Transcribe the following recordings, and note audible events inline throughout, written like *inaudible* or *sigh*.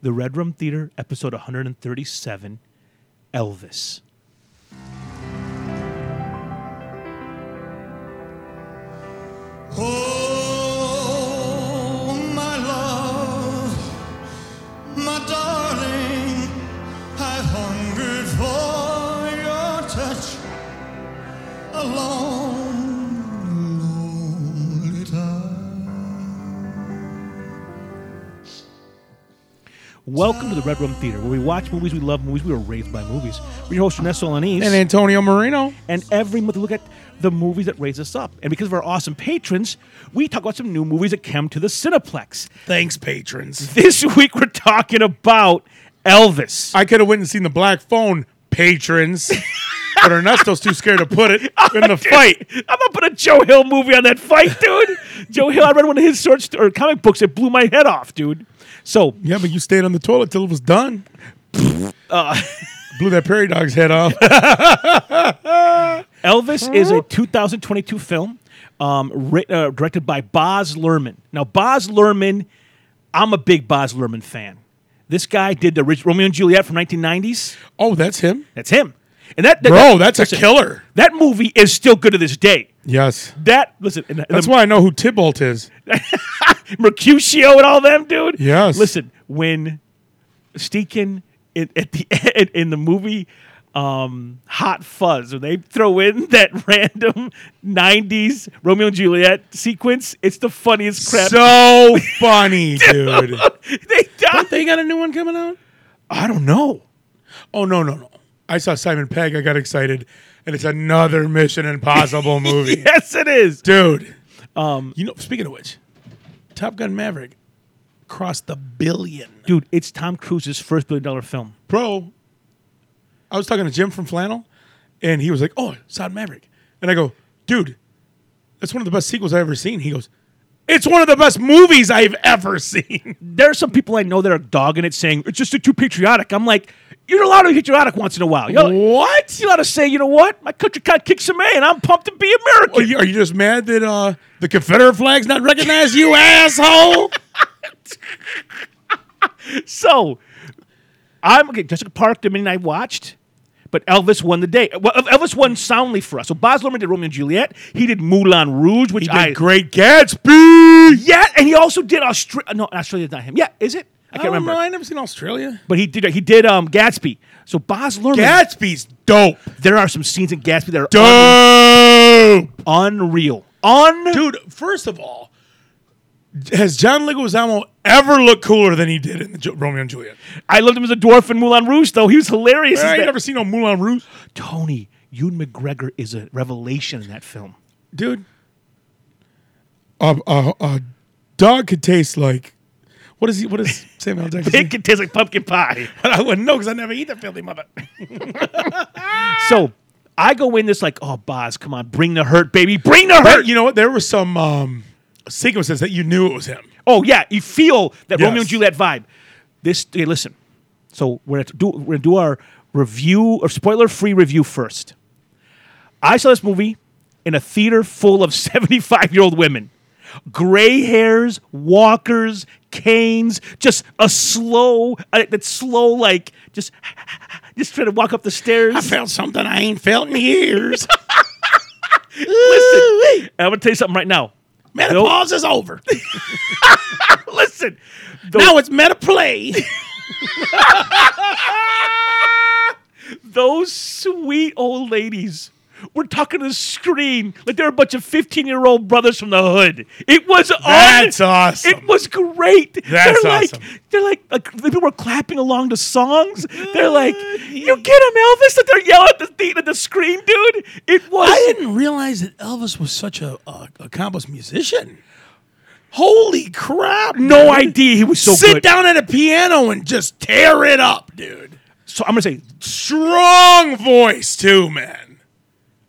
The Red Room Theater, episode 137 Elvis. Oh, my love, my darling, I hungered for your touch a long, lonely time. Welcome to the Red Room Theater, where we watch movies, we love movies, we were raised by movies. We're your host, Ernesto Lanise. and Antonio Marino. and every month we look at the movies that raise us up. And because of our awesome patrons, we talk about some new movies that come to the Cineplex. Thanks, patrons. This *laughs* week we're talking about Elvis. I could have went and seen the black phone, patrons. but Ernesto's too scared to put *laughs* it in the fight. I'm gonna put a Joe Hill movie on that fight, dude. Joe Hill, I read one of his short st- or comic books that blew my head off, dude. So Yeah, but you stayed on the toilet till it was done. Uh, *laughs* Blew that prairie dog's head *laughs* off. Elvis is a 2022 film um, writ- uh, directed by Boz Lerman. Now, Boz Lerman, I'm a big Boz Lerman fan. This guy did the orig- Romeo and Juliet from 1990s. Oh, that's him? That's him. And that, that Bro, that's a listen, killer. That movie is still good to this day. Yes. That listen, and, and That's the, why I know who Tybalt is. *laughs* Mercutio and all them, dude. Yes. Listen, when Steakin in, at the *laughs* end in the movie um, Hot Fuzz, when they throw in *laughs* that random '90s Romeo and Juliet sequence, it's the funniest crap. *laughs* So funny, dude. *laughs* they die. they got a new one coming out? I don't know. Oh, no, no, no. I saw Simon Pegg. I got excited. And it's another Mission *laughs* Impossible movie. *laughs* Yes, it is. dude. Um, you know, speaking of which, Top Gun Maverick crossed the billion, Dude, it's Tom Cruise's first billion dollar film. bro. I was talking to Jim from Flannel, and he was like, "Oh, Sod Maverick," and I go, "Dude, that's one of the best sequels I've ever seen." He goes, "It's one of the best movies I've ever *laughs* seen." There are some people I know that are dogging it, saying it's just too patriotic. I'm like, you're allowed to be patriotic once in a while. You're, what? you ought to say, you know what? My country can't kick some A, and I'm pumped to be American. Are you, are you just mad that uh, the Confederate flag's not recognized, *laughs* you asshole? So, I'm okay. Jessica Park, the minute I watched, but Elvis won the day. Well, Elvis won soundly for us. So, Boz Luhrmann did Romeo and Juliet. He did Moulin Rouge, which He did I Great Gatsby. yeah, and he also did Australia. No, Australia's not him. Yeah, is it? I I can't don't remember. know. I never seen Australia. But he did. He did um, Gatsby. So Boz Luhrmann. Gatsby's dope. there are some scenes in Gatsby that are un- Dope. unreal. Un. Dude, first of all, has John Leguizamo ever looked cooler than he did in the Ju- Romeo and Juliet? I loved him as a dwarf in Moulin Rouge, though. He was hilarious. as I ain't that- never seen no Moulin Rouge. Tony, Ewan McGregor is a revelation in that film. Dude, a, a, a dog could taste like. What is he? What is Samuel L. Jackson? Pig can taste like pumpkin pie. I wouldn't know because I never eat that filthy mother. So I go in this like, oh, Boz, come on, bring the hurt, baby, bring the But hurt. you know what? There were some um, sequences that you knew it was him. oh yeah, you feel that Yes. Romeo and Juliet vibe. This, hey, listen. So we're gonna do, we're gonna do our review or spoiler-free review first. I saw this movie in a theater full of *laughs* seventy-five-year-old women, gray hairs, walkers, canes, just a slow, uh, that slow like just. *laughs* Just trying to walk up the stairs. felt something I ain't felt in *laughs* years. Listen, I'm gonna tell you something right now. *laughs* is over. Listen, the, it's metaplay. those sweet old ladies were talking to the screen like they were a bunch of 15 year old brothers from the hood. It was on. *laughs* That's awesome. It was great. That's they're like, awesome. They're like, like the people were clapping along to songs. They're like, you get him, Elvis. That they're yelling at the, the, at the screen, dude. It was. I didn't realize that Elvis was such a, a accomplished musician. Holy crap! no dude. idea he was so Sit good. down at a piano and just tear it up, dude. So I'm gonna say, Strong voice too, man.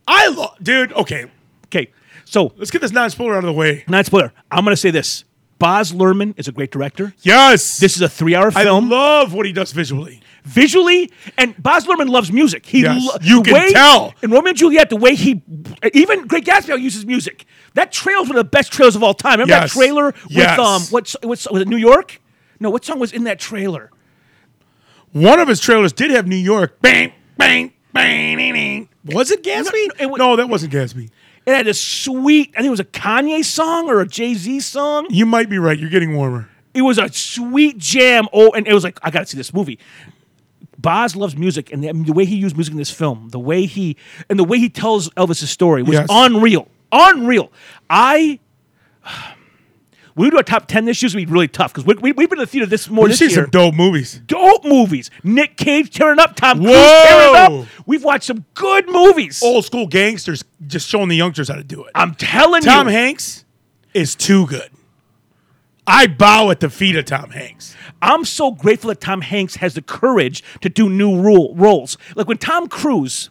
I love, dude. Okay, okay. So let's get this non-spoiler out of the way. not spoiler. I'm gonna say this. Boz Lerman is a great director. Yes, This is a three-hour I film. love what he does visually. visually, and Baz Luhrmann loves music. He Yes, lo- you the can tell. In Romeo and Juliet, the way he, even Great Gatsby uses music. That trailer's one of the best trailers of all time. Remember Yes. that trailer with Yes. um, what's what's was it New York? No, what song was in that trailer? One of his trailers did have New York. Bang, bang, bang, ding, ding. Was it Gatsby? No, it wa- no, that wasn't Gatsby. It had a sweet, I think it was a Kanye song or a Jay Z song. You might be right. You're getting warmer. It was a sweet jam. Oh, and it was like, I got to see this movie. Boz loves music, and the, the way he used music in this film, the way he and the way he tells Elvis's story was Yes. unreal, unreal. I *sighs* when we do our top ten this year, it's gonna be really tough because we, we, we've been to the theater this more We've this seen year. some dope movies. dope movies. Nick Cage tearing up, Tom Cruise tearing Whoa! Oh, up. We've watched some good movies. Old school gangsters just showing the youngsters how to do it. I'm telling Tom you, Hanks is too good. I bow at the feet of Tom Hanks. I'm so grateful that Tom Hanks has the courage to do new rule, roles. Like when Tom Cruise,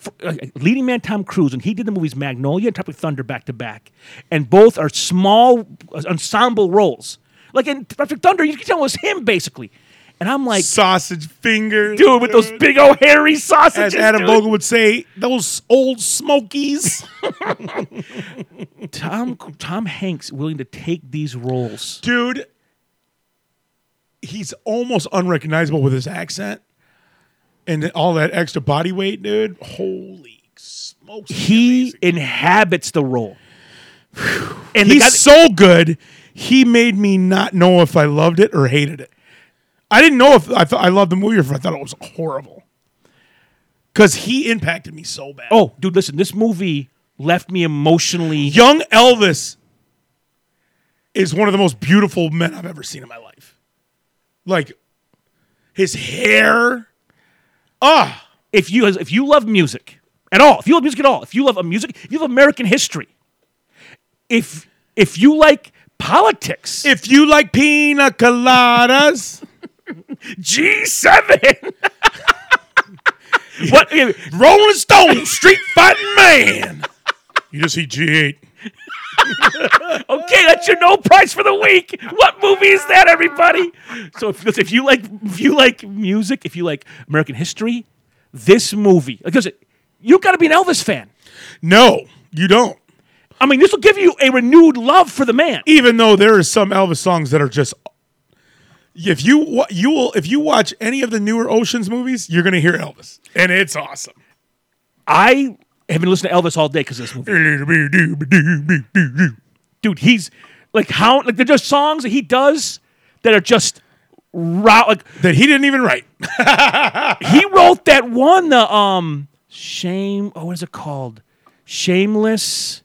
f- uh, leading man Tom Cruise, when he did the movies Magnolia and Tropic Thunder back to back, and both are small uh, ensemble roles. Like in Tropic Thunder, you can tell it was him basically. And I'm like, Sausage fingers. dude, with those big old hairy As sausages. Adam dude. Bogle would say, those *laughs* old smokies. Tom, Tom Hanks willing to take these roles. dude, he's almost unrecognizable with his accent and all that extra body weight, dude. Holy smokes. is He amazing. inhabits inhabits the role. And the he's guy- so good. He made me not know if I loved it or hated it. I didn't know if I thought I loved the movie or if I thought it was horrible. Cause he impacted me so bad. oh, dude, listen, this movie left me emotionally. young Elvis is one of the most beautiful men I've ever seen in my life. Like his hair. Ah, if you if you love music at all, if you love music at all, if you love a music, if you love American history, if if you like politics, if you like pina coladas, G seven. *laughs* what Rolling Stone, Street Fighting Man. You just see G8. okay, that's your no prize for the week. What movie is that, everybody? So if, if you like if you like music, if you like American history, this movie because it, you got to be an Elvis fan. No, you don't. I mean, this will give you a renewed love for the man. even though there is some Elvis songs that are just if you wa- you will if you watch any of the newer Oceans movies, you're gonna hear Elvis, and it's awesome. I have been listening to Elvis all day because of this movie. Dude, dude, he's like how like they're just songs that he does that are just raw. Like that he didn't even write. he wrote that one, the um shame. Oh, what is it called? Shameless,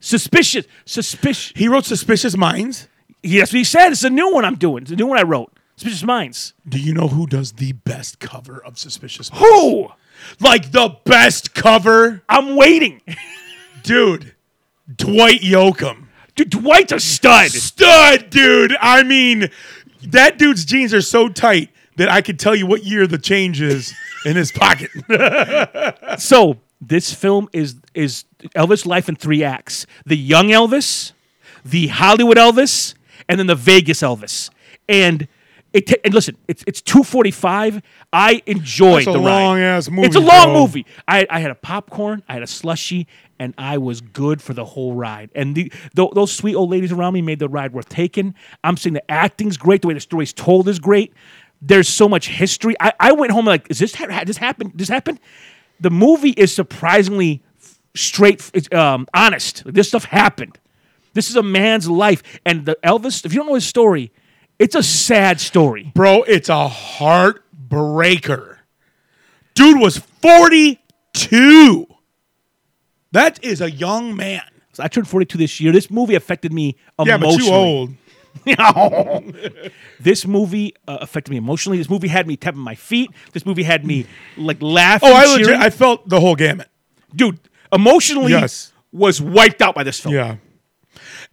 suspicious, suspicious. He wrote "Suspicious Minds." Yes, what he said. It's a new one I'm doing. It's a new one I wrote. Suspicious Minds. Do you know who does the best cover of "Suspicious"? Minds? Who? Like the best cover, I'm waiting. dude. Dwight Yoakam. Dude, Dwight's a stud. Stud, dude. I mean, that dude's jeans are so tight that I could tell you what year the change is in his pocket. So this film is is Elvis' life in three acts: the young Elvis, the Hollywood Elvis, and then the Vegas Elvis. And it ta- and listen, it's it's two forty five. I enjoyed It's a the ride. long ass movie. It's a long bro. movie. I, I had a popcorn, I had a slushy, and I was good for the whole ride. And the, tho- those sweet old ladies around me made the ride worth taking. I'm saying the acting's great, the way the story's told is great. There's so much history. I, I went home like, is this ha- ha- this happened? This happened? The movie is surprisingly f- straight, f- it's, um, honest. This stuff happened. This is a man's life, and the Elvis. If you don't know his story, it's a sad story. Bro, it's a heartbreaker. Dude was 42. That is a young man. So I turned 42 this year. This movie affected me Yeah, emotionally. but too old. this movie uh, affected me emotionally. This movie had me tapping my feet. This movie had me like laughing. Oh, I legit, cheering. I felt the whole gamut. dude, emotionally Yes. was wiped out by this film. Yeah.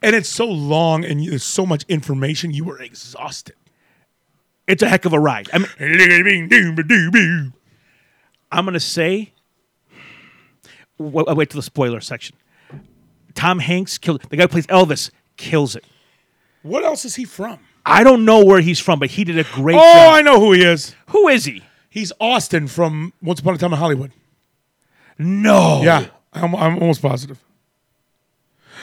And it's so long and you- there's so much information, you were exhausted. It's a heck of a ride. I mean, Dude, I'm gonna say. Wait, wait till the spoiler section. Tom Hanks killed the guy who plays Elvis. Kills it. what else is he from? I don't know where he's from, but he did a great Oh, job. I know who he is. Who is he? He's Austin from Once Upon a Time in Hollywood. No. Yeah, I'm, I'm almost positive.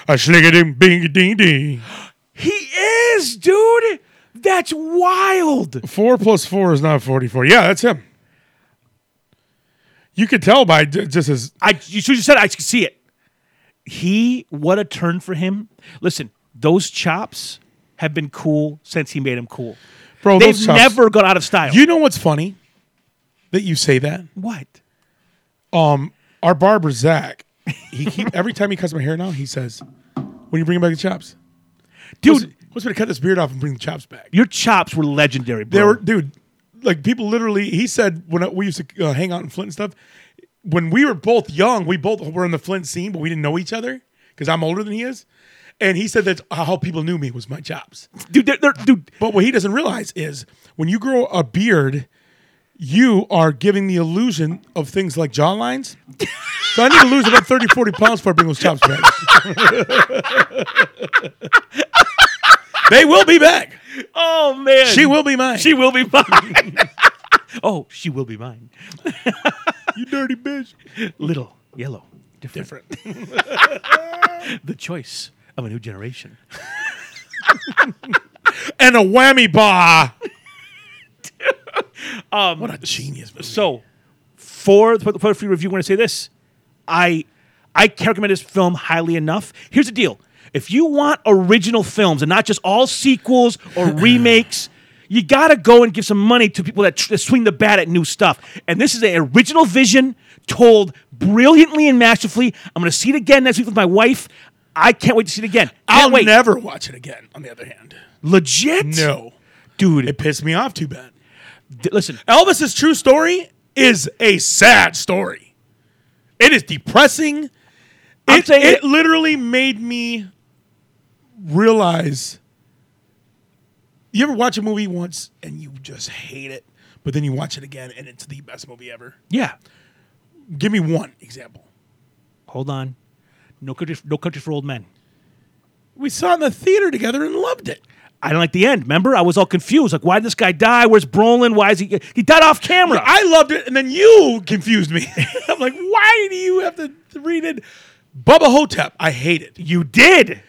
A schliggity bing ding ding. He is, dude. That's wild. Four plus four is not forty-four. Yeah, that's him. You could tell by j- just his. I you should have said I could see it. He what a turn for him. Listen, those chops have been cool since he made them cool. Bro, They've those chops- never gone out of style. You know what's funny? That you say that. what? Um, our barber Zach, he keep, *laughs* every time he cuts my hair now, he says, "When you bring back the chops, Dude, what's going to cut this beard off and bring the chops back?" your chops were legendary, bro. They were, dude. Like people literally, he said when we used to uh, hang out in Flint and stuff. When we were both young, we both were in the Flint scene, but we didn't know each other because I'm older than he is. And he said that's how people knew me was my chops. dude, they're, they're, dude, But what he doesn't realize is when you grow a beard, you are giving the illusion of things like jawlines. so I need to lose about 30, 40 pounds before I bring those chops back. they *laughs* will be back. oh man. She will be mine. She will be *laughs* mine. oh, she will be mine. you dirty bitch. Little, yellow, different. Different. The choice of a new generation. and a whammy *laughs* bar. Um, what a genius. movie. So, for for the for the free review, I'm going to say this: I I can't recommend this film highly enough. Here's the deal: if you want original films and not just all sequels *laughs* or remakes, you got to go and give some money to people that, tr- that swing the bat at new stuff. And this is an original vision told brilliantly and masterfully. I'm going to see it again next week with my wife. I can't wait to see it again. Can't I'll wait. never watch it again, on the other hand. Legit, No. dude. It pissed me off too bad. d- listen, Elvis's true story is a sad story. It is depressing. I'm It, saying it it- literally made me realize. You ever watch a movie once and you just hate it, but then you watch it again and it's the best movie ever? yeah. Give me one example. Hold on. No country, no country for old men. We saw it in the theater together and loved it. I didn't like the end. Remember, I was all confused. Like, why did this guy die? Where's Brolin? Why is he? He died off camera. I loved it, and then you confused me. *laughs* I'm like, why do you have to read it? Bubba Hotep, I hate it. you did.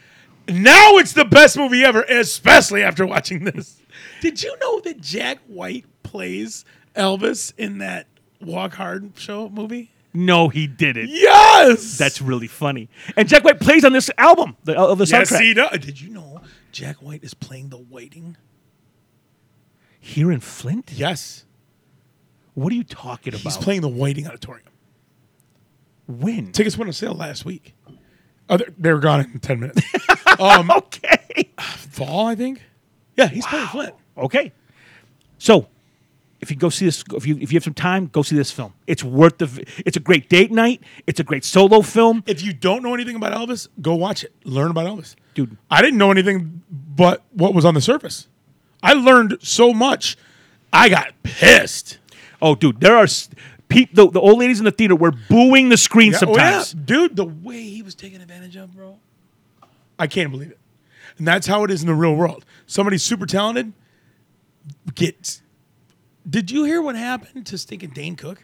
Now it's the best movie ever, especially after watching this. *laughs* Did you know that Jack White plays Elvis in that Walk Hard show movie? No, he didn't. Yes. That's really funny. And Jack White plays on this album, the uh, of the yes. soundtrack. He does. Did you know Jack White is playing the waiting? Here in Flint, Yes. what are you talking about? He's playing the waiting auditorium. when? Tickets went on sale last week. Oh, they're, they were gone in *laughs* ten minutes. um, okay. *laughs* fall, I think. Yeah, he's playing Flint. Okay. So, if you go see this, if you if you have some time, go see this film. It's worth the. vi- It's a great date night. It's a great solo film. if you don't know anything about Elvis, go watch it. Learn about Elvis. Dude. I didn't know anything but what was on the surface. I learned so much. I got pissed. Oh, dude, there are. s- Pe- the, the old ladies in the theater were booing the screen Yeah, oh, yeah. sometimes. Dude, the way he was taken advantage of, bro. I can't believe it. And that's how it is in the real world. Somebody super talented gets. Did you hear what happened to stinking Dane Cook?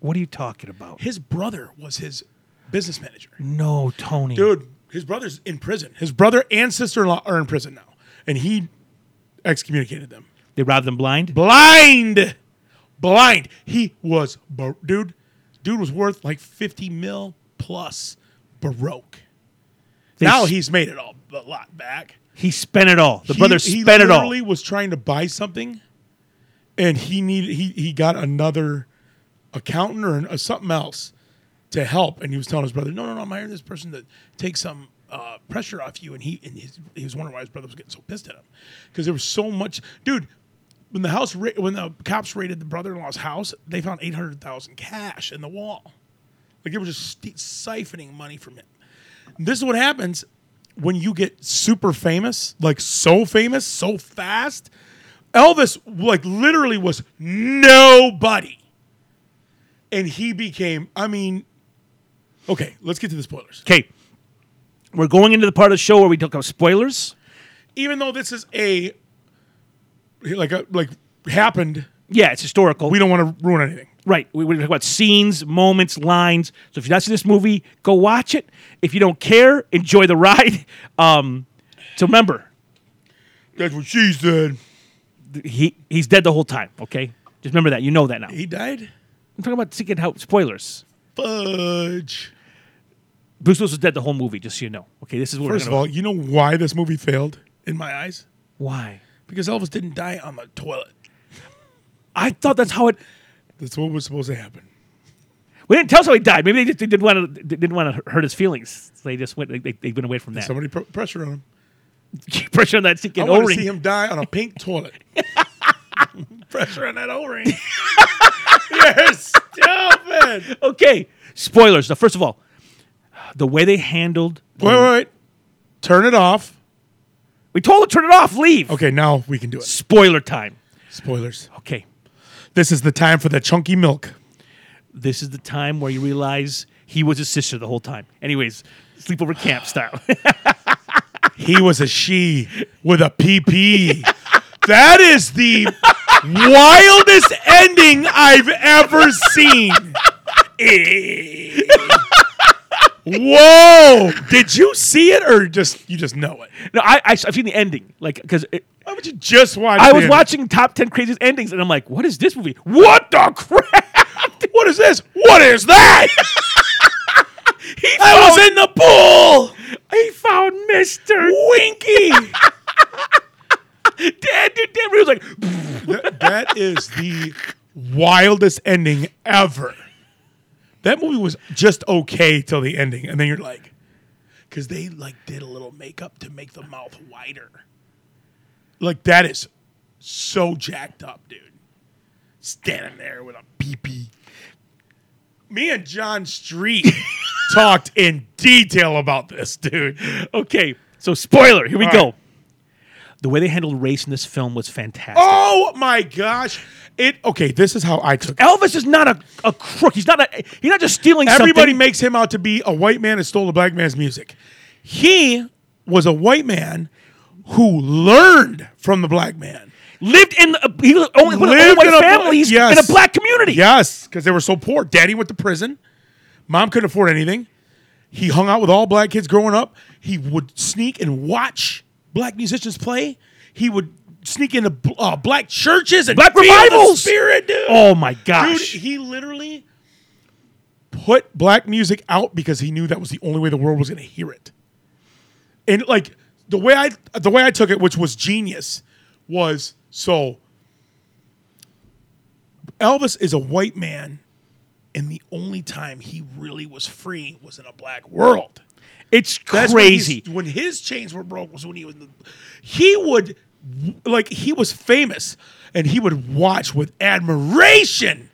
What are you talking about? His brother was his business manager. No, Tony. dude his brother's in prison his brother and sister-in-law are in prison now and he excommunicated them They robbed them blind? blind blind he was bar- dude dude was worth like 50 mil plus baroque They now s- he's made it all a lot back He spent it all. The He- brother he spent it all. literally was trying to buy something and he needed he, he got another accountant or an- uh, something else to help and he was telling his brother no no no i'm hiring this person to take some uh, pressure off you and he and his, he was wondering why his brother was getting so pissed at him because there was so much dude when the house ra- when the cops raided the brother-in-law's house they found 800000 cash in the wall like they were just st- siphoning money from him this is what happens when you get super famous, like so famous, so fast. Elvis, like, literally was nobody. And he became, I mean, okay, let's get to the spoilers. Okay. We're going into the part of the show where we talk about spoilers. Even though this is a, like, a, like, happened, Yeah, it's historical. we don't want to ruin anything. right. We, we talk about scenes, moments, lines. So if you're not seen this movie, go watch *laughs* it. If you don't care, enjoy the ride. Um, so remember, That's what she said. He he's dead the whole time. Okay, just remember that. You know that now. He died? I'm talking about secret help spoilers. Fudge. Bruce Willis was dead the whole movie. Just so you know. Okay, this is what First we're of gonna, all, you know why this movie failed in my eyes? Why? Because Elvis didn't die on the toilet. I thought that's how it. That's what was supposed to happen. We didn't tell us how he died. Maybe they just they didn't want to didn't want to hurt his feelings. So they just went. They, they, they went away from that. *laughs* Somebody put pressure on him. *laughs* Keep pressure on that I secret want to O-ring. see him die on a pink toilet. *laughs* pressure on that O-ring. *laughs* You're stupid. Okay, spoilers. Now, first of all, the way they handled. Wait, wait, wait. Turn it off. We told her turn it off. Leave. Okay, now we can do it. Spoiler time. Spoilers. Okay. This is the time for the chunky milk. this is the time where you realize he was his sister the whole time. Anyways, sleepover camp style. *laughs* He was a she with a PP. That is the wildest ending I've ever seen. *laughs* Eh. Whoa! Did you see it or just you just know it? no, I, I I've seen the ending, like because Why would you just watch? I was the- watching top ten craziest endings, and I'm like, what is this movie? What the *laughs* crap? What is this? What is *laughs* that? I was in the pool. he found Mister Winky. Dad. Dude, Dad was like, Th- that is the wildest ending ever. That movie was just okay till the ending, and then you're like, because they like did a little makeup to make the mouth wider. Like that is so jacked up, dude. Standing there with a peepee. Me and John Street talked in detail about this, dude. okay, so spoiler. Here we All go. right. The way they handled race in this film was fantastic. Oh my gosh! It okay. This is how I took it. Elvis is not a, a crook. He's not a. He's not just stealing. Everybody something. makes him out to be a white man that stole a black man's music. He was a white man who learned from the black man. lived in the, he was only one of the only Lived white in a bla- families in yes. a black community. Yes, because they were so poor. Daddy went to prison. Mom couldn't afford anything. He hung out with all black kids growing up. He would sneak and watch black musicians play. He would sneak into bl- uh, black churches and Black feel the revivals. spirit, dude. Oh my gosh. Dude, he literally put black music out because he knew that was the only way the world was going to hear it. And like the way I the way I took it, which was genius, was so Elvis is a white man, and the only time he really was free was in a black world. It's That's when he's- crazy. When, his chains were broke was when he was. He would, like, he was famous, and he would watch with admiration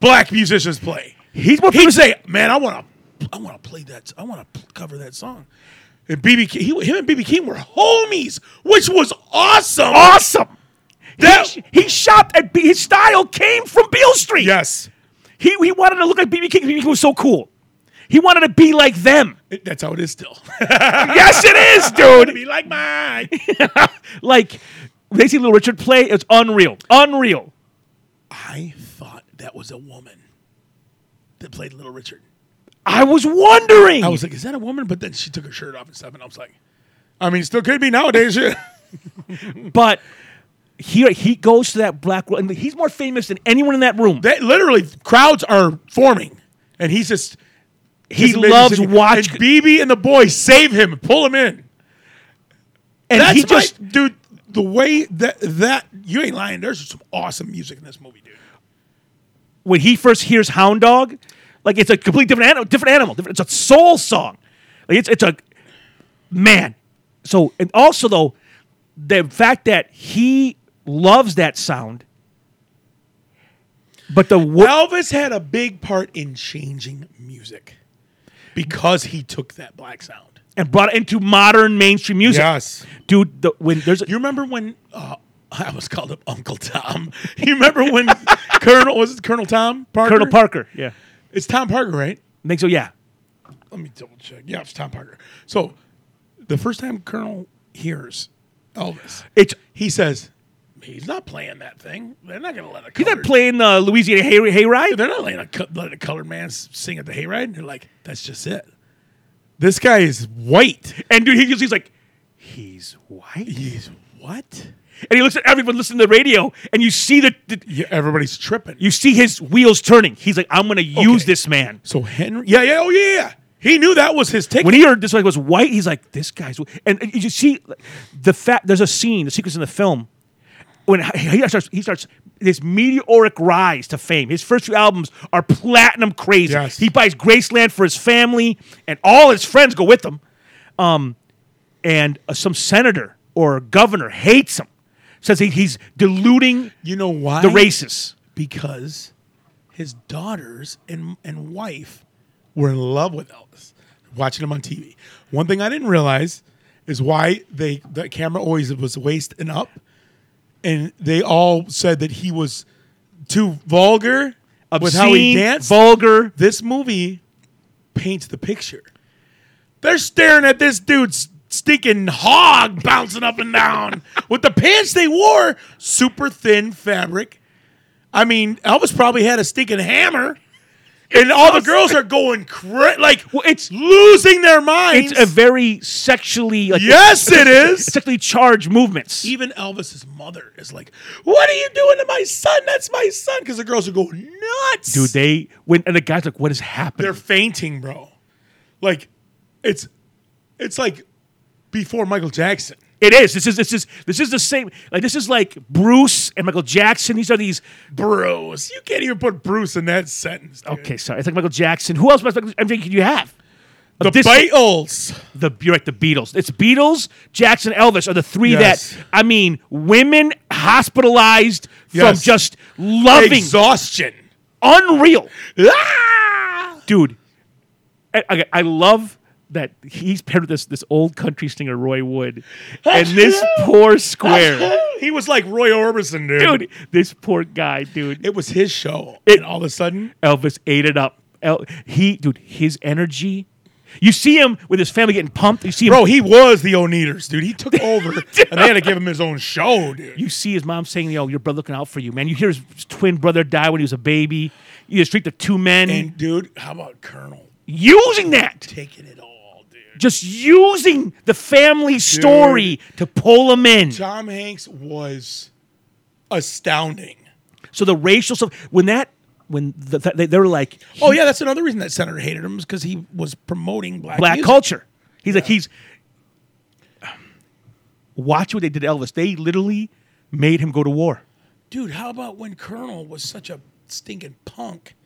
black musicians play. He's more He'd famous. say, "Man, I want to, I want to play that. I want to cover that song." And BB, King, he, him and BB King were homies, which was awesome. awesome. That- he, he shopped at B, his style came from Beale Street. Yes, He he wanted to look like BB King. BB King was so cool. He wanted to be like *laughs* them. It- that's how it is still. *laughs* yes, it is, dude. Be *laughs* like mine. Like they see Little Richard play. It's unreal. Unreal. I thought that was a woman that played Little Richard. I was wondering. I was like, is that a woman? But then she took her shirt off and stuff, and I was like, I mean, it still could be nowadays. *laughs* yeah. but here he goes to that black world, and he's more famous than anyone in that room. That literally crowds are forming, and he's just he just amazing. loves watch. And BB and the boys save him, pull him in. and That's he just my- dude. The way that that you ain't lying. There's some awesome music in this movie, dude. when he first hears Hound Dog, like it's a completely different animal. Different animal. Different, it's a soul song. Like it's it's a man. So and also though, the fact that he loves that sound, but the wo- Elvis had a big part in changing music because he took that black sound. and brought it into modern mainstream music. dude. The, when there's a, You remember when uh, *laughs* I was called up Uncle Tom? *laughs* You remember when Colonel was it Colonel Tom Parker? Colonel Parker, yeah, It's Tom Parker, right? I think so. Yeah, Let me double check. Yeah, it's Tom Parker. So the first time Colonel hears Elvis, it's he says, "He's not playing that thing. They're not going to let a he's colored, not playing uh, Louisiana Hay Hayride. They're not letting a, co- letting a colored man s- sing at the hayride." And they're like, "That's just it. This guy is white. And dude, he just, he's like, he's white. He's What? And he looks at everyone listening to the radio, and you see the, the Yeah, everybody's tripping. you see his wheels turning. He's like, I'm gonna use Okay. this man. so Henry? Yeah, yeah, oh yeah, yeah. He knew that was his ticket. When he heard this guy was white, he's like, this guy's. And and you see the fact. There's a scene, the sequence in the film when he he starts. He starts this meteoric rise to fame. His first two albums are platinum crazy. Yes. He buys Graceland for his family, and all his friends go with him. Um, and uh, some senator or governor hates him, says he, he's diluting you know why? the races. because his daughters and and wife were in love with Elvis, watching him on TV. One thing I didn't realize is why they the camera always was waist and up, and they all said that he was too vulgar with how he Obscene, danced. vulgar. this movie paints the picture. They're staring at this dude's stinking hog bouncing up and down with the pants they wore, super thin fabric. I mean, Elvis probably had a stinking hammer, and all the girls are going cra- like Well, it's losing their minds. it's a very sexually like, yes, it is. sexually charged movements. Even Elvis's mother is like, "What are you doing to my son? That's my son!" Because the girls are going nuts, dude. They when and the guys like, what is happening? they're fainting, bro. Like it's it's like before Michael Jackson. It is. This is this is this is the same. Like this is like Bruce and Michael Jackson. These are these. Bruce, you can't even put Bruce in that sentence. dude. Okay, sorry. It's like Michael Jackson. Who else? Michael MJ? Could you have? the This- Beatles. The you're right. The Beatles. It's Beatles, Jackson, Elvis are the three Yes. that I mean. Women hospitalized Yes. from just loving, Exhaustion. unreal. Ah! dude. I, I, I love that he's paired with this this old country singer Roy Wood, and this poor square, He was like Roy Orbison, dude. dude. This poor guy, dude. It was his show. It- and all of a sudden, Elvis ate it up. El, he, dude, his energy. You see him with his family getting pumped. You see him. bro, he was the O'Neaters, dude. He took *laughs* over and they had to give him his own show, dude. You see his mom saying, "Yo, your brother looking out for you, man." You hear his twin brother die when he was a baby. You just treat the two men And dude, how about Colonel using that, taking it all, dude? just using the family story to pull him in. Tom Hanks was astounding. So the racial stuff when that when the, th- they, they were like Oh yeah, that's another reason that senator hated him is because he was promoting black black music. culture, he's like he's watch what they did to Elvis. They literally made him go to war. Dude, how about when Colonel was such a stinking punk?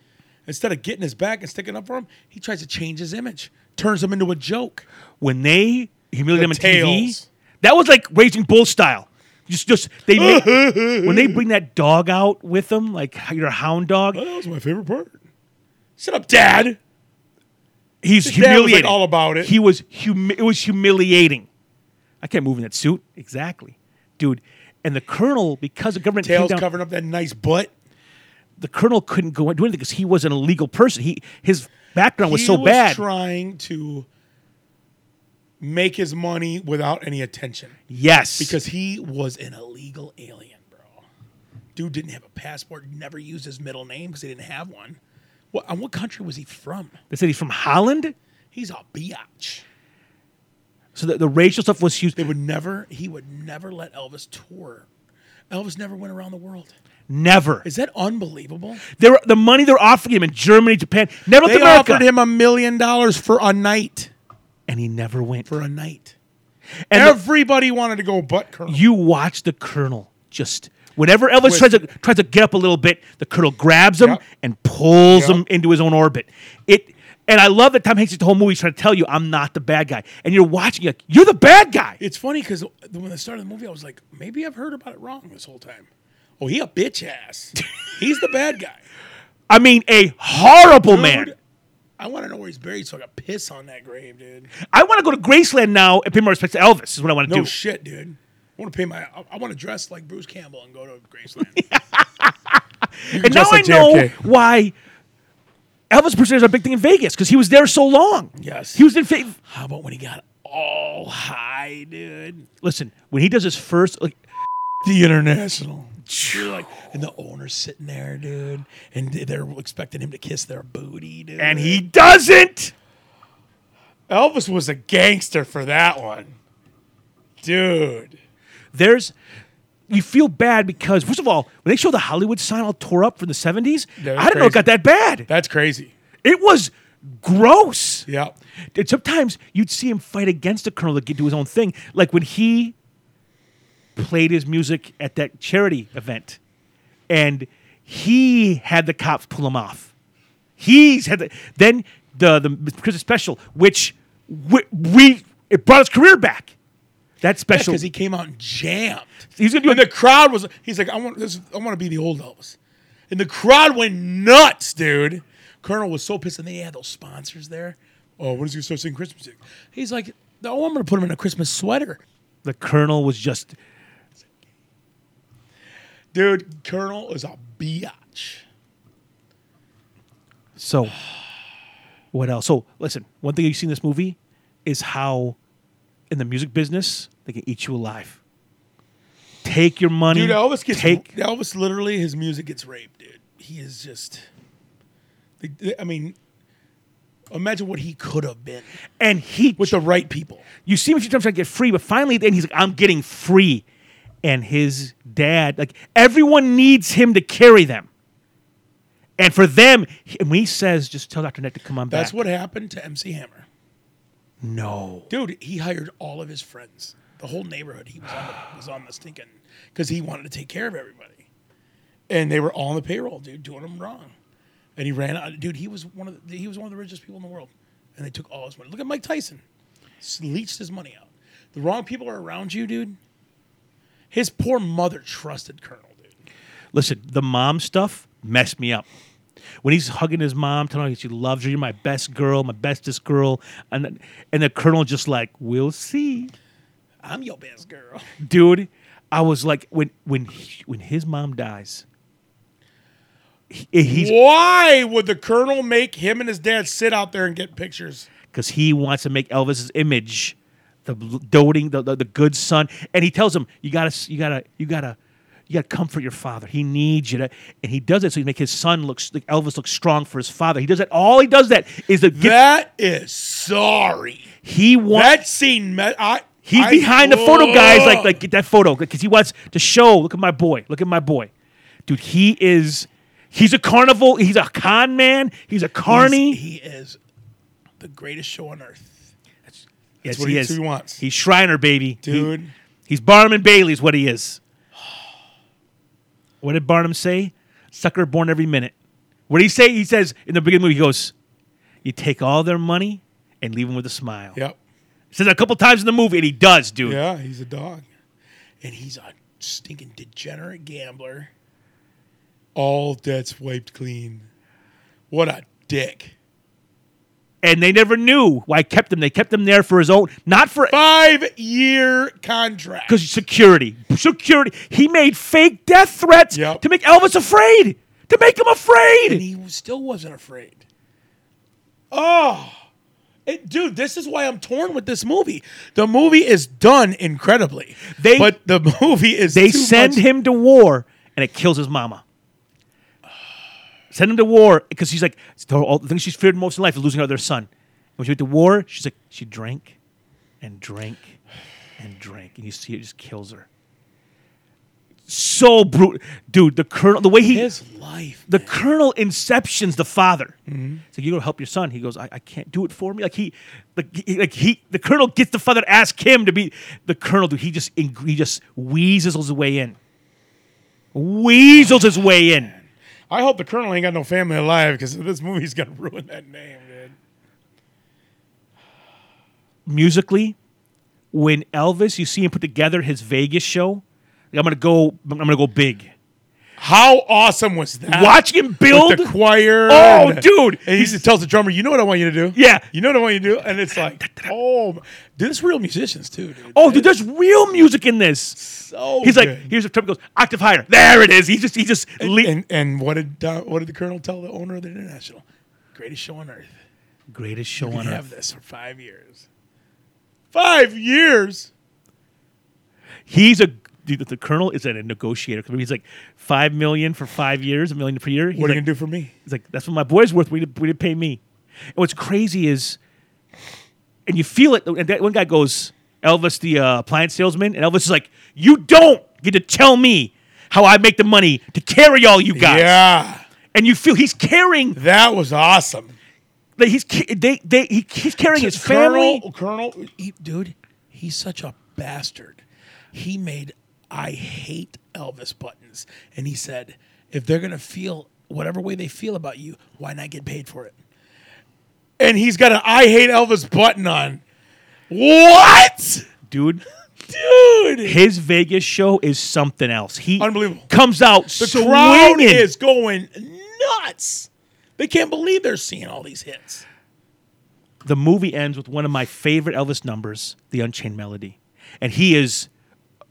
Instead of getting his back and sticking up for him, he tries to change his image, turns him into a joke. When they humiliated him on TV, tails. that was like Raging Bull style. Just, just *laughs* they made, when they bring that dog out with them, like your hound dog, that was my favorite part. Shut up, Dad. he's dad was, like, humiliating. all about it. He was humi- It was humiliating. I can't move in that suit exactly, dude. And the colonel, because the government came Tails down, covering up that nice butt. the colonel couldn't go and do anything because he was an illegal person. He his background was He so bad. Trying to make his money without any attention. yes, Because he was an illegal alien, bro. Dude didn't have a passport, never used his middle name because he didn't have one. What, and what country was he from? they said he's from Holland, He's a biatch. so the, the racial stuff was huge. They would never, he would never let Elvis tour. Elvis never went around the world. Never. Is that unbelievable? They were, the money they're offering him in Germany, Japan, never They North America, offered him a million dollars for a night. and he never went. For a night. and the- Everybody wanted to go but Colonel. you watch the colonel just whenever Elvis With- tries to tries to get up a little bit, the colonel grabs him Yep. and pulls Yep. him into his own orbit. It. And I love that Tom Hanks the whole movie is trying to tell you I'm not the bad guy, and you're watching you're like you're the bad guy. It's funny because when I started the movie, I was like, maybe I've heard about it wrong this whole time. Oh, he a bitch *laughs* ass. He's the bad guy. I mean, a horrible man. Dude, I want to know where he's buried so I got piss on that grave, dude. I want to go to Graceland now and pay my respects to Elvis. Is what I want to No do. shit, dude. I want to pay my. I, want to dress like Bruce Campbell and go to *laughs* Graceland. and now just I like know JFK. why Elvis Presley is a big thing in Vegas because he was there so long. Yes. he was in. Fa- How about when he got all high, dude? Listen, when he does his first, like, The international. You're like, and the owner's sitting there, dude, and they're expecting him to kiss their booty, dude. and he doesn't. Elvis was a gangster for that one, dude. There's you feel bad because first of all, when they show the Hollywood sign all tore up from the 70s, That was I didn't know it crazy. got that bad. That's crazy. It was gross. Yeah. And sometimes you'd see him fight against the colonel to get, do his own thing, like when he played his music at that charity event, and he had the cops pull him off. He's had the, then the the Christmas special, which we, we it brought his career back. That special, Because he came out and jammed. he's gonna do *laughs* And it. the crowd was. He's like, I want this. I want to be the old Elvis. And the crowd went nuts, dude. Colonel was so pissed, and they had those sponsors there. Oh, when is he gonna start singing Christmas music? He's like, oh, I'm gonna put him in a Christmas sweater, The colonel was just dude. Colonel is a biatch. So, what else? So, listen, one thing you see in this movie is how, in the music business, they can eat you alive. Take your money. Dude, Elvis gets take. Elvis literally his music gets raped, dude. He is just. I mean, imagine what he could have been And he, with the right people. you see him a few times trying to get free, but finally, then he's like, I'm getting free. And his dad, like, everyone needs him to carry them. And for them, he, and when he says, just tell Dr. Nick to come on back. That's what happened to MC Hammer, No. dude. He hired all of his friends, the whole neighborhood. He was on the, was on the stinking because he wanted to take care of everybody, and they were all on the payroll, dude, doing them wrong. And he ran out, dude. He was one of the, he was one of the richest people in the world, and they took all his money. Look at Mike Tyson, S- leached his money out. The wrong people are around you, dude. His poor mother trusted Colonel, dude. Listen, the mom stuff messed me up. When he's hugging his mom, telling her she loves her, you're my best girl, my bestest girl, and and the colonel just like, we'll see, I'm your best girl. dude. I was like, when when he, when his mom dies, he, he's *laughs* Why would the Colonel make him and his dad sit out there and get pictures? because he wants to make Elvis's image the bl- doting, the, the the good son, and he tells him, you gotta s- you gotta you gotta. You gotta comfort your father. He needs you, to, and he does it so he make his son look, s- like Elvis look strong for his father. He does that. All he does that is to get That is sorry. He wants. That scene, met, I He's I- behind the photo guys, like Ugh. like get that photo because he wants to show. Look at my boy. Look at my boy, dude. He is. He's a carnival. He's a con man. He's a carny. Oh, He's- He is the greatest show on earth. yes, what he- that's what he wants. He's Shriner, baby, He- Dude. he's Barnum and Bailey is what he is. What did Barnum say? Sucker born every minute. What did he say? He says in the beginning of the movie, he goes, "You take all their money and leave them with a smile." Yep. Says that a couple times in the movie, and he does, dude. Yeah, he's a dog, and he's a stinking degenerate gambler. All debts wiped clean. What a dick. and they never knew why I kept him. They kept him there for his own, not for Five year contract. because security, security. He made fake death threats Yep. to make Elvis afraid, to make him and afraid. he still wasn't afraid. Oh, It- dude, this is why I'm torn with this movie. The movie is done incredibly. They- but the *laughs* movie is They too send much- him to war, and it kills his mama. Send him to war because she's like the all- the thing she's feared most in life is losing her other son. And when she went to war, she's like she drank and drank and drank, and you see it just kills her. So brutal, dude. The colonel, the way he his life. the colonel inceptions the father. Mm-hmm. So you go help your son. He goes, I, I can't do it for me. Like he, like he, like he, the colonel gets the father to ask him to be the colonel. Dude, he just ing- he just weasels his way in. Weasels his way in. I hope the colonel ain't got no family alive because this movie's gonna *laughs* ruin that name, dude. Musically, when Elvis, you see him put together his Vegas show. like, I'm gonna go. I'm gonna go big. How awesome was that? Watch him build. With the choir. Oh, and- dude. And he just tells the drummer, "You know what I want you to do? Yeah. you know what I want you to do." And it's like, oh, dude, it's real musicians too, dude. Oh, dude, there's real music in this. so He's like, good. here's a trumpet goes octave higher. There it is. He just, he just. le- And and what did Don, what did the colonel tell the owner of the international? Greatest show on earth. greatest show We on earth. have this for five years. Five years. He's a dude, the colonel is a negotiator. He's like five million for five years, a million per year. He's What like, are you gonna do for me? he's like, that's what my boy's worth. We did, we did pay me. And what's crazy is, and you feel it. And that one guy goes, Elvis the uh, appliance salesman, and Elvis is like, "You don't get to tell me how I make the money to carry all you guys." Yeah, And you feel he's carrying that was awesome. that he's ca- they they he, he's carrying his family. Colonel, Colonel he- dude, he's such a bastard. He made I hate Elvis buttons, and he said, if they're gonna feel whatever way they feel about you, why not get paid for it? And he's got an I hate Elvis button on. What, Dude, dude? his Vegas show is something else. He Unbelievable. comes out The crowd swinging. is going nuts. They can't believe they're seeing all these hits. the movie ends with one of my favorite Elvis numbers, the Unchained Melody, and he is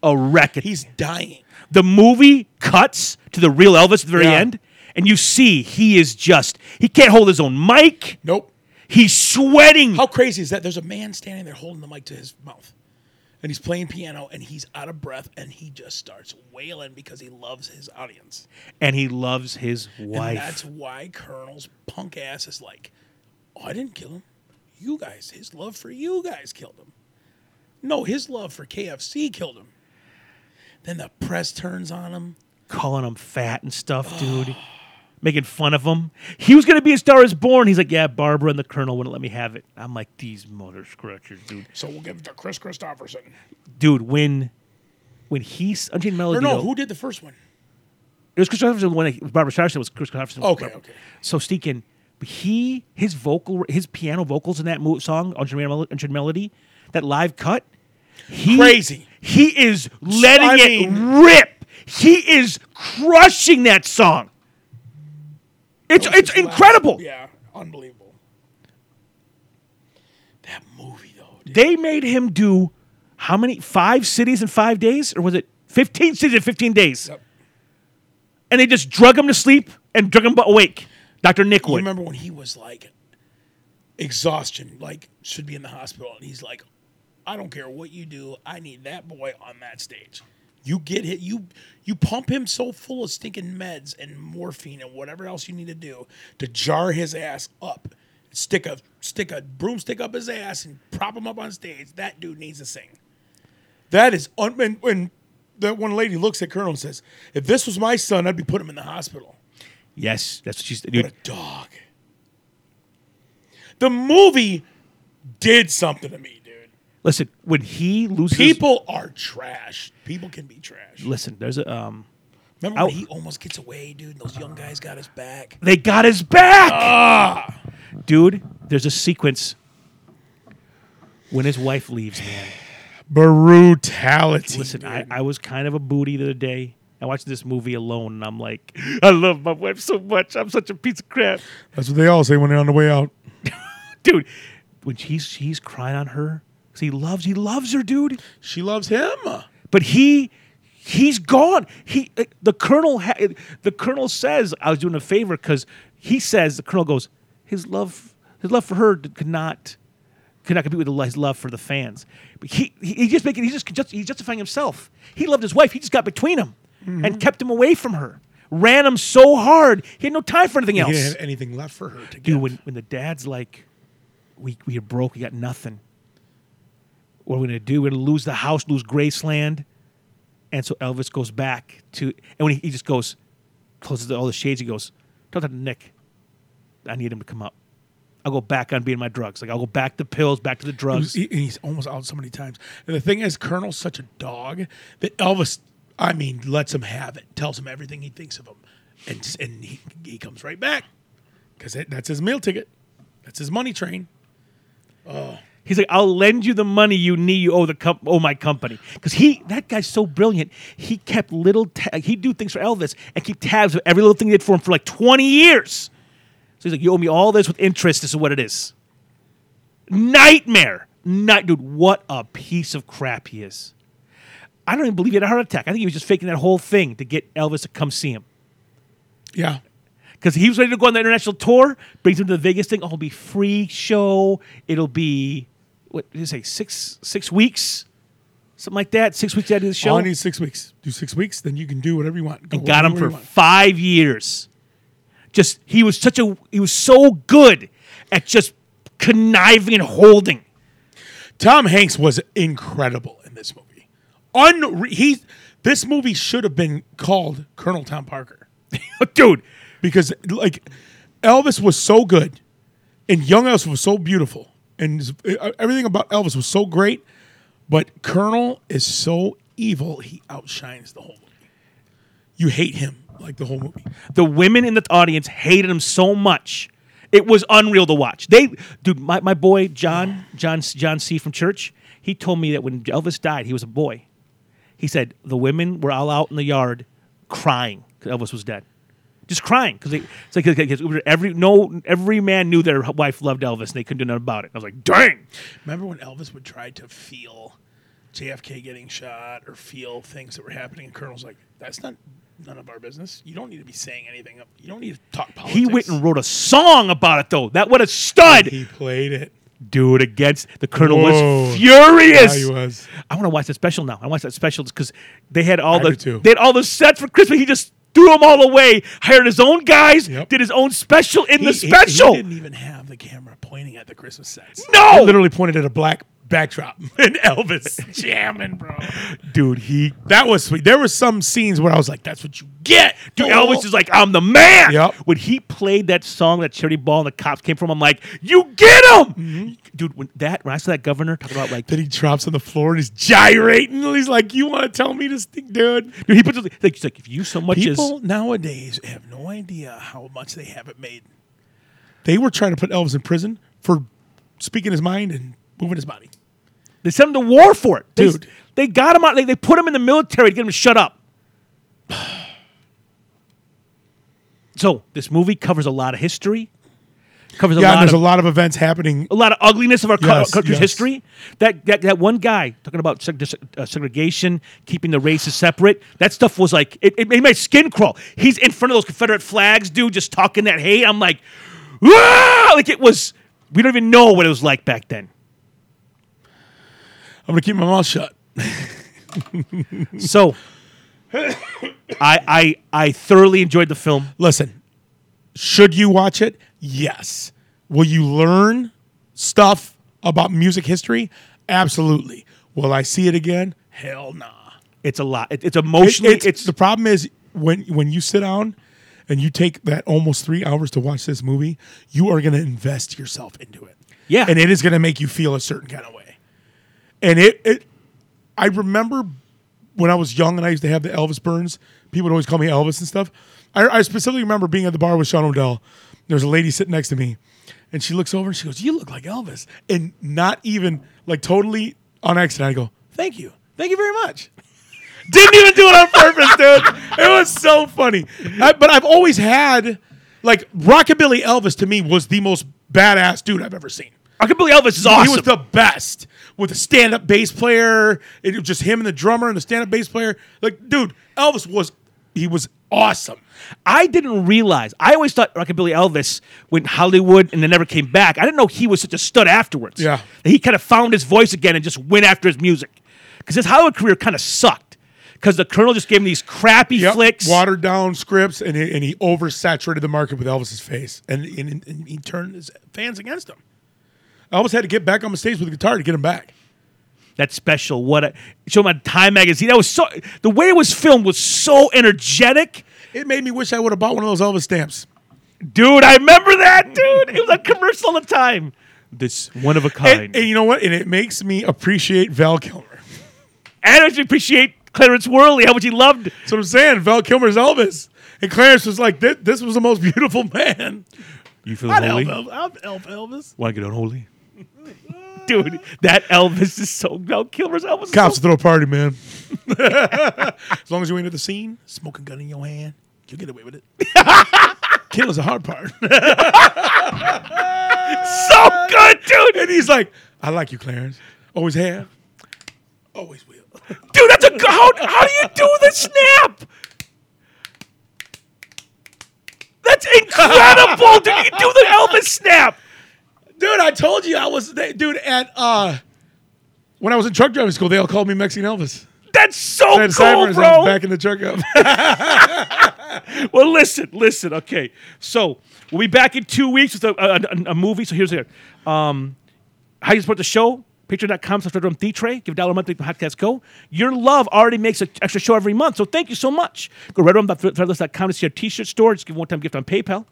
a wreck. at- He's dying. the movie cuts to the real Elvis at the very Yeah. end, and you see he is just he can't hold his own mic. Nope. He's sweating. How crazy is that? There's a man standing there holding the mic to his mouth, and he's playing piano, and he's out of breath, and he just starts wailing because he loves his audience. and he loves his And wife. that's why Colonel's punk ass is like, oh, I didn't kill him. You guys, his love for you guys killed him. No, his love for KFC killed him. Then the press turns on him. Calling him fat and stuff, dude. Making fun of him. He was gonna be a star is born. He's like, yeah, Barbara and the Colonel wouldn't let me have it. I'm like, these mother scratchers, dude. So we'll give it to Chris Christopherson. Dude, when when he's Unchained Melody, Or no, though- who did the first one? It was Chris Christopherson when it- Barbara Streisand was Chris Christopherson. Okay, Barbara. okay. So Steakin, he his vocal, his piano vocals in that mo- song on Mel- Unchained Melody, that live cut, he, Crazy. He is letting I it mean- rip. He is crushing that song. It's it's incredible. Yeah, unbelievable. That movie though, dude. They made him do how many five cities in five days, or was it fifteen cities in fifteen days? Yep. And they just drug him to sleep and drug him bu- awake. Doctor Nick You Wood. remember when he was like exhaustion, like should be in the hospital, and he's like, "I don't care what you do, I need that boy on that stage." You get hit. You you pump him so full of stinking meds and morphine and whatever else you need to do to jar his ass up. Stick a stick a broomstick up his ass and prop him up on stage. That dude needs to sing. That is un- and, and that one lady looks at Colonel and says, "If this was my son, I'd be putting him in the hospital." Yes, that's what she's a dude. dog. The movie did something to me, dude. Listen, when he loses People are trash. People can be trash. listen, there's a um Remember Ow. when he almost gets away, dude? And those young guys got his back. they got his back. Dude, there's a sequence when his wife leaves, man. Brutality. Listen, I, I was kind of a booty the other day. I watched this movie alone and I'm like, I love my wife so much. I'm such a piece of crap. that's what they all say when they're on the way out. Dude, when she's he's crying on her, 'cause he loves he loves her, dude. She loves him. but he he's gone he uh, the colonel ha- the colonel says i was doing a favor because he says the colonel goes his love his love for her d- could not could not compete with the- his love for the fans but he he, he just making he's just, just he's justifying himself he loved his wife he just got between him and kept him away from her ran him so hard he had no time for anything He else didn't have anything left for her to Dude, give. when, when the dad's like, we, we are broke, we got nothing. What are we going to do? We're going to lose the house, lose Graceland. And so Elvis goes back to, and when he, he just goes, closes the, all the shades, he goes, Tell that to Nick. I need him to come up. I'll go back on being my drugs. Like, I'll go back to pills, back to the He drugs. was- he- he's almost out so many times. And the thing is, Colonel's such a dog that Elvis, I mean, lets him have it, tells him everything he thinks of him, and s- and he, he comes right back because that's his meal ticket, that's his money train. He's like, I'll lend you the money you need. You owe the comp- owe my company because he that guy's so brilliant. He kept little ta- he'd do things for Elvis and keep tabs of every little thing he did for him for like twenty years. So he's like, you owe me all this with interest. This is what it is. Nightmare, night, dude. What a piece of crap he is. I don't even believe he had a heart attack. I think he was just faking that whole thing to get Elvis to come see him Yeah, because he was ready to go on the international tour. Brings him to the Vegas thing. Oh, it'll be free show. It'll be what did he say? Six six weeks, something like that. Six weeks out of the show. all I need is six weeks. Do six weeks, then you can do whatever you want. Go and got him wherever for you want. five years. Just he was such a he was so good at just conniving and holding. Tom Hanks was incredible in this movie. Unre- he this movie should have been called Colonel Tom Parker. dude. because like Elvis was so good, and young Elvis was so beautiful, and his- uh, everything about Elvis was so great, but Colonel is so evil he outshines the whole movie. You hate him like the whole movie. The women in the audience hated him so much. It was unreal to watch. They, dude, my, my boy John John John C from church. He told me that when Elvis died, he was a boy. He said the women were all out in the yard crying because Elvis was dead, just crying because it's like 'cause every no every man knew their wife loved Elvis and they couldn't do nothing about it. I was like, dang. Remember when Elvis would try to feel JFK getting shot or feel things that were happening, and Colonel's like, "That's not." None of our business. You don't need to be saying anything. You don't need to talk politics. He went and wrote a song about it though. That what a stud, He played it. dude! Against the Colonel Whoa. was furious. Yeah, he was. I want to watch that special now. I watch that special because they had all I the do too. they had all the sets for Christmas. He just threw them all away. Hired his own guys. Yep. Did his own special in the He- he- special. He, didn't e-, even have the camera pointing at the Christmas sets. No! He literally pointed at a black backdrop *laughs* and Elvis jamming, bro. dude, he That was sweet. There were some scenes where I was like, "That's what you get." dude Elvis is like, I'm the man. Oh. Yep. When he played that song, that charity ball, and the cops came from, I'm like, you get him, dude. When that when I saw that governor talking about like. Then he drops on Mm-hmm. the floor and he's gyrating. He's like, "You want to tell me this, thing, dude?" Dude, he puts it like, he's like if you so much as People nowadays have no idea how much they haven't made. They were trying to put Elvis in prison for speaking his mind and moving his body. They sent him to war for it, They- Dude. They, got him out. They, they put him in the military to get him to shut up. *sighs* So this movie covers a lot of history, covers a Yeah, and lot there's of a lot of events happening a lot of ugliness of our co- Yes, country's yes. history. That, that that one guy talking about seg- dis- uh, segregation, keeping the races separate. That stuff was like it, it made my skin crawl. He's in front of those Confederate flags, dude, just talking that hate. I'm like, "Wah!" like it was. We don't even know what it was like back then. I'm gonna keep my mouth shut. So, *coughs* I, I I thoroughly enjoyed the film. Listen, should you watch it? Yes. Will you learn stuff about music history? Absolutely. Will I see it again? Hell nah. It's a lot. It- it's It's, emotionally. It's, the problem is when when you sit down and you take that almost three hours to watch this movie, you are gonna invest yourself into it. Yeah. And it is gonna make you feel a certain kind of way. And it, it I remember when I was young and I used to have the Elvis Burns, people would always call me Elvis and stuff. I, I specifically remember being at the bar with Sean O'Dell. There's a lady sitting next to me, and she looks over and she goes, "You look like Elvis," and not even like totally on accident. I go, "Thank you, thank you very much." Didn't even do it on purpose, dude. It was so funny. I- but I've always had like Rockabilly Elvis to me was the most badass dude I've ever seen. I can believe Elvis is He awesome. was the best with a stand-up bass player. It was just him and the drummer and the stand-up bass player. Like, dude, Elvis was he was awesome. I didn't realize. I always thought Rockabilly Elvis went Hollywood and then never came back. I didn't know he was such a stud afterwards. Yeah. That he kind of found his voice again and just went after his music. Because his Hollywood career kind of sucked. Because the Colonel just gave him these crappy Yep, flicks. watered down scripts, and he, and he oversaturated the market with Elvis's face, and, and and he turned his fans against him. Elvis had to get back on the stage with a guitar to get him back. that special. What a show him on Time magazine. That was so. The way it was filmed was so energetic. It made me wish I would have bought one of those Elvis stamps. Dude, I remember that, dude. It was on commercial all the time. This one of a kind. And, and you know what? And it makes me appreciate Val Kilmer. and I actually appreciate Clarence Worley, how much he loved. That's what I'm saying. Val Kilmer's Elvis. And Clarence was like, this, this was the most *laughs* beautiful man. You feel Not Elvis. I'm Elf Elvis. Want to get unholy? Dude, that Elvis is so Val Kilmer's Elvis. is Cops so- throw a party, man. as long as you ain't at the scene, smoking gun in your hand, you'll get away with it. Kill is the hard part. *laughs* so, good, dude. and he's like, I like you, Clarence. Always have. Always will. *laughs* Dude, that's a g- how, how do you do the snap? That's incredible, dude. You can do the Elvis snap. Dude, I told you I was, they, dude, at, uh, when I was in truck driving school, they all called me Mexican Elvis. That's so Had cool, Cyber bro. back in the truck up. *laughs* Well, listen, listen. Okay, so we'll be back in two weeks with a, a, a- a movie. So here's here. Um, how you support the show? Patreon.com slash Red Room Tray. Give a dollar a month to make the podcast go. Your love already makes an extra show every month. So thank you so much. Go to redroom.threadless.com to see our t shirt store. Just give a one time gift on PayPal.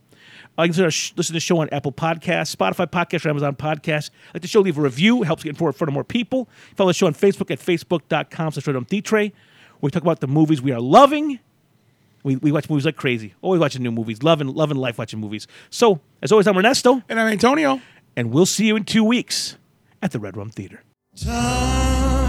Uh, you can listen to, our sh- listen to the show on Apple Podcasts, Spotify Podcasts, or Amazon Podcasts. Like the show, leave a review. It helps get in front of more people. Follow the show on Facebook at facebook.com slash Red Tray. We talk about the movies we are loving. We, we watch movies like crazy. Always watching new movies. Loving, loving life watching movies. So, as always, I'm Ernesto, And I'm Antonio. and we'll see you in two weeks at the Red Room Theater. Time